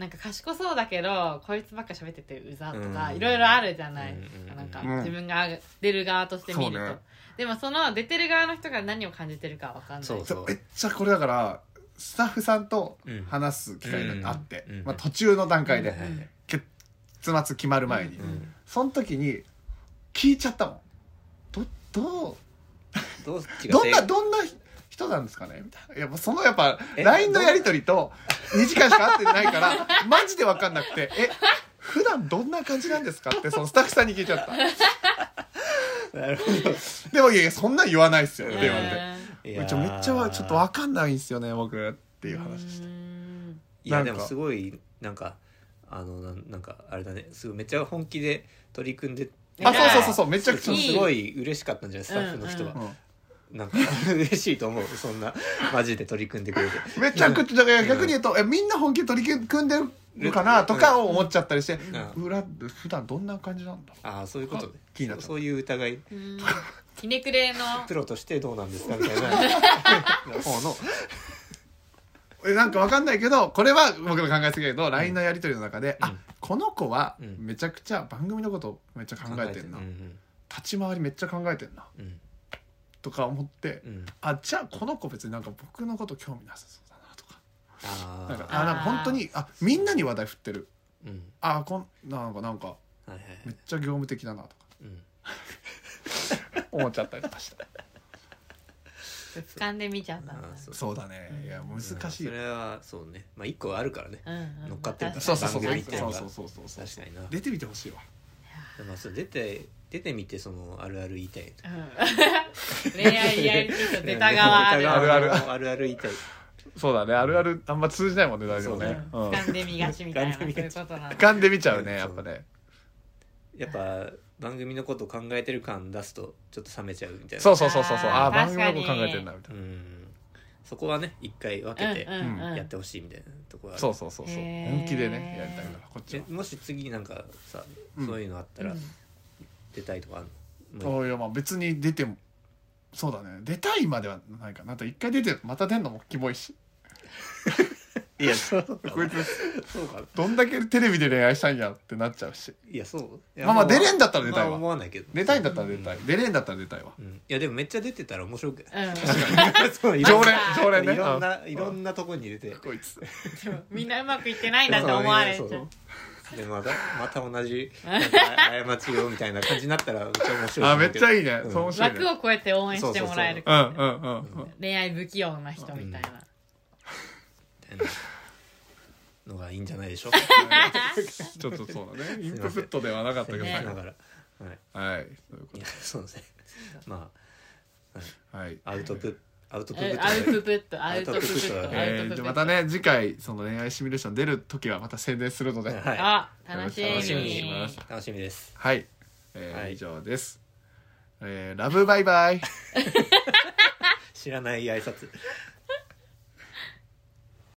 [SPEAKER 2] なんか賢そうだけどこいつばっか喋っててうざとか
[SPEAKER 3] うん
[SPEAKER 2] いろいろあるじゃないです
[SPEAKER 3] うん
[SPEAKER 2] かなんか
[SPEAKER 1] うん
[SPEAKER 2] 自分が出る側として見る
[SPEAKER 1] そう
[SPEAKER 2] と
[SPEAKER 1] ね
[SPEAKER 2] でもその出てる側の人が何を感じてるかわかんない
[SPEAKER 3] そう
[SPEAKER 1] そうめっちゃこれだからスタッフさんと話す機会があって、
[SPEAKER 3] うん
[SPEAKER 1] まあ、途中の段階
[SPEAKER 3] は
[SPEAKER 1] で
[SPEAKER 3] いはいはい
[SPEAKER 1] 結末決まる前に、
[SPEAKER 2] う
[SPEAKER 3] うんん
[SPEAKER 1] その時に聞いちゃったもんどどう
[SPEAKER 3] どう違う
[SPEAKER 1] どんなどんな人なんですかねみたいなやっぱそのやっぱ
[SPEAKER 3] え
[SPEAKER 1] LINE のやり取りと2時間しか会ってないからマジで分かんなくてえ普段どんな感じなんですかってそのスタッフさんに聞いちゃった
[SPEAKER 3] なるほど
[SPEAKER 1] でもいやいやそんなん言わないっすよって
[SPEAKER 3] う
[SPEAKER 1] 言われて
[SPEAKER 2] えー
[SPEAKER 1] め
[SPEAKER 3] いや
[SPEAKER 1] っちゃめっちゃちょっと分かんないんすよね僕っていう話して
[SPEAKER 2] うーん
[SPEAKER 3] いや
[SPEAKER 1] なん
[SPEAKER 3] で
[SPEAKER 1] か
[SPEAKER 3] もすごいなんかあのなんなんかあれだねすごいめっちゃ本気で取り組んで
[SPEAKER 1] あそうそう
[SPEAKER 3] う
[SPEAKER 1] そうそうめちゃくちゃ
[SPEAKER 3] す
[SPEAKER 2] いい
[SPEAKER 3] ごい嬉しかったんじゃないスタッフの人は、
[SPEAKER 1] う
[SPEAKER 3] なんか嬉しいと思うそんなマジで取り組んでくれて
[SPEAKER 1] んめちゃくちゃだから逆に言うと、えみんな本気で取り組んでるかなとかを思っちゃったりして、
[SPEAKER 3] う
[SPEAKER 1] 裏普段どんな感じなんだろ
[SPEAKER 3] ああそういうことね
[SPEAKER 1] 気になった
[SPEAKER 3] そうそういう疑いう
[SPEAKER 2] ーんひねくれの
[SPEAKER 3] プロとしてどうなんですかみたいな方の
[SPEAKER 1] うえなんかわかんないけどこれは僕の考えすぎだけど、LINE のやり取りの中で、
[SPEAKER 3] うん
[SPEAKER 1] あこの子は
[SPEAKER 3] うん
[SPEAKER 1] めちゃくちゃ番組のことめっちゃ考えてんな、
[SPEAKER 3] うん
[SPEAKER 1] 立ち回りめっちゃ考えてんな
[SPEAKER 3] うんうん
[SPEAKER 1] とか思って、
[SPEAKER 3] うん
[SPEAKER 1] あじゃあこの子別になんか僕のこと興味なさそうだなとか
[SPEAKER 3] あ
[SPEAKER 1] なんか
[SPEAKER 3] あ
[SPEAKER 1] あなんか本当にあみんなに話題振ってる
[SPEAKER 3] うん
[SPEAKER 1] あこんなんかなんか
[SPEAKER 3] はいはい
[SPEAKER 1] めっちゃ業務的だなとか
[SPEAKER 3] [LAUGHS] うん
[SPEAKER 1] 思っちゃったりとかして。
[SPEAKER 2] 掴んでみちゃったんだ
[SPEAKER 3] あーそう
[SPEAKER 1] そうだね
[SPEAKER 2] うん
[SPEAKER 1] いや難しい
[SPEAKER 3] それはそうねまあ一個あるからね
[SPEAKER 2] うんうん
[SPEAKER 3] 乗っかってる
[SPEAKER 2] 確か
[SPEAKER 1] [LAUGHS]
[SPEAKER 2] に
[SPEAKER 3] そうそうそう
[SPEAKER 2] 番組
[SPEAKER 1] そうそうそうそうそう
[SPEAKER 3] 確かにな
[SPEAKER 1] 出てみてほしいわ
[SPEAKER 2] いや
[SPEAKER 3] でまあ、そう出て出てみてそのあるある言いたい
[SPEAKER 2] うん恋愛リアリティと出た側ある
[SPEAKER 1] ある
[SPEAKER 3] あるあるある言いたい
[SPEAKER 1] そうだねあるあるあんま通じないもんね大丈夫
[SPEAKER 3] ある
[SPEAKER 1] ねうん
[SPEAKER 2] 掴んでみがちみたいなそう
[SPEAKER 3] 掴ん
[SPEAKER 2] い
[SPEAKER 3] でみ
[SPEAKER 2] う
[SPEAKER 3] がち
[SPEAKER 2] ことなんだ
[SPEAKER 1] 噛んでみちゃうねやっぱね
[SPEAKER 3] やっぱ番組のことを考えてる感出すとちょっと冷めちゃうみたいな
[SPEAKER 1] そうそうそうそうそうああ
[SPEAKER 2] あー
[SPEAKER 1] ー番組のこと
[SPEAKER 2] 確
[SPEAKER 1] 考
[SPEAKER 2] かに
[SPEAKER 1] えてるなみたいうなん
[SPEAKER 3] そこはね一回分
[SPEAKER 2] うん
[SPEAKER 3] けて
[SPEAKER 2] うんうん
[SPEAKER 3] やってほしいみたいなところはある
[SPEAKER 1] そうそうそうそう
[SPEAKER 2] へー
[SPEAKER 1] 本気でねやりたいからこっち
[SPEAKER 3] え
[SPEAKER 1] は
[SPEAKER 3] もし次なんかさ、
[SPEAKER 1] うん
[SPEAKER 3] そういうのあったら
[SPEAKER 2] うん
[SPEAKER 3] 出たいとかあるの、もう
[SPEAKER 1] おいやまあ別に出てもそうだね出たいまではないかなあと一回出てまた出んのもキモいし
[SPEAKER 3] いやそうか
[SPEAKER 1] こいつ
[SPEAKER 3] そうか
[SPEAKER 1] どんだけテレビで恋愛したんやってなっちゃうし
[SPEAKER 3] いやそういや
[SPEAKER 1] まあまあ
[SPEAKER 3] う
[SPEAKER 1] 出れんだったら出たいわ
[SPEAKER 3] まあ思わないけど
[SPEAKER 1] 出たいんだったら出たい、出れんだったら出たいわ
[SPEAKER 3] うん、いやでもめっちゃ出てたら面
[SPEAKER 1] [LAUGHS]
[SPEAKER 3] 白くない
[SPEAKER 2] うん
[SPEAKER 3] そういろん
[SPEAKER 1] 常
[SPEAKER 3] な
[SPEAKER 1] 連常連ね
[SPEAKER 3] いろんな
[SPEAKER 1] う
[SPEAKER 3] いろんなとこに出て
[SPEAKER 1] こいつ
[SPEAKER 2] でもみんなうまくいってないなって思われちゃ
[SPEAKER 3] そううでまたまた同
[SPEAKER 2] [LAUGHS]
[SPEAKER 3] じなんか過ちよみたいな感じになったらめっちゃ面白
[SPEAKER 1] [LAUGHS]
[SPEAKER 3] い
[SPEAKER 1] あめっちゃいいね、
[SPEAKER 3] うん
[SPEAKER 1] そう面白いね
[SPEAKER 2] 枠を超えて応援してもらえる
[SPEAKER 1] うんうんうんうん
[SPEAKER 2] 恋愛不器用な人みたいな、
[SPEAKER 3] のがいいんじゃないでしょう
[SPEAKER 1] ちょっとそうだ
[SPEAKER 3] [LAUGHS]
[SPEAKER 1] ねインプットではなかったけど、
[SPEAKER 3] か
[SPEAKER 2] ね
[SPEAKER 3] だから、はい、
[SPEAKER 1] はいそういうこ
[SPEAKER 3] いやそうですねま
[SPEAKER 1] とはい
[SPEAKER 3] あアウトプアウトプッ
[SPEAKER 2] え
[SPEAKER 3] ト
[SPEAKER 2] アウトプットアウトプッ
[SPEAKER 3] アウトプッ
[SPEAKER 2] ト
[SPEAKER 3] ト
[SPEAKER 2] アウ
[SPEAKER 1] え
[SPEAKER 2] トプ
[SPEAKER 1] ー、じ
[SPEAKER 2] ット
[SPEAKER 1] ゃあまたね次回その恋愛シミュレーション出る時はまた宣伝するのではい、
[SPEAKER 3] は
[SPEAKER 2] あ楽しみ
[SPEAKER 1] 楽しみに
[SPEAKER 3] し
[SPEAKER 1] ます
[SPEAKER 3] い楽しみです
[SPEAKER 1] えー
[SPEAKER 3] はい
[SPEAKER 1] 以上です、えー、ラブバイバイ
[SPEAKER 3] 知らない挨拶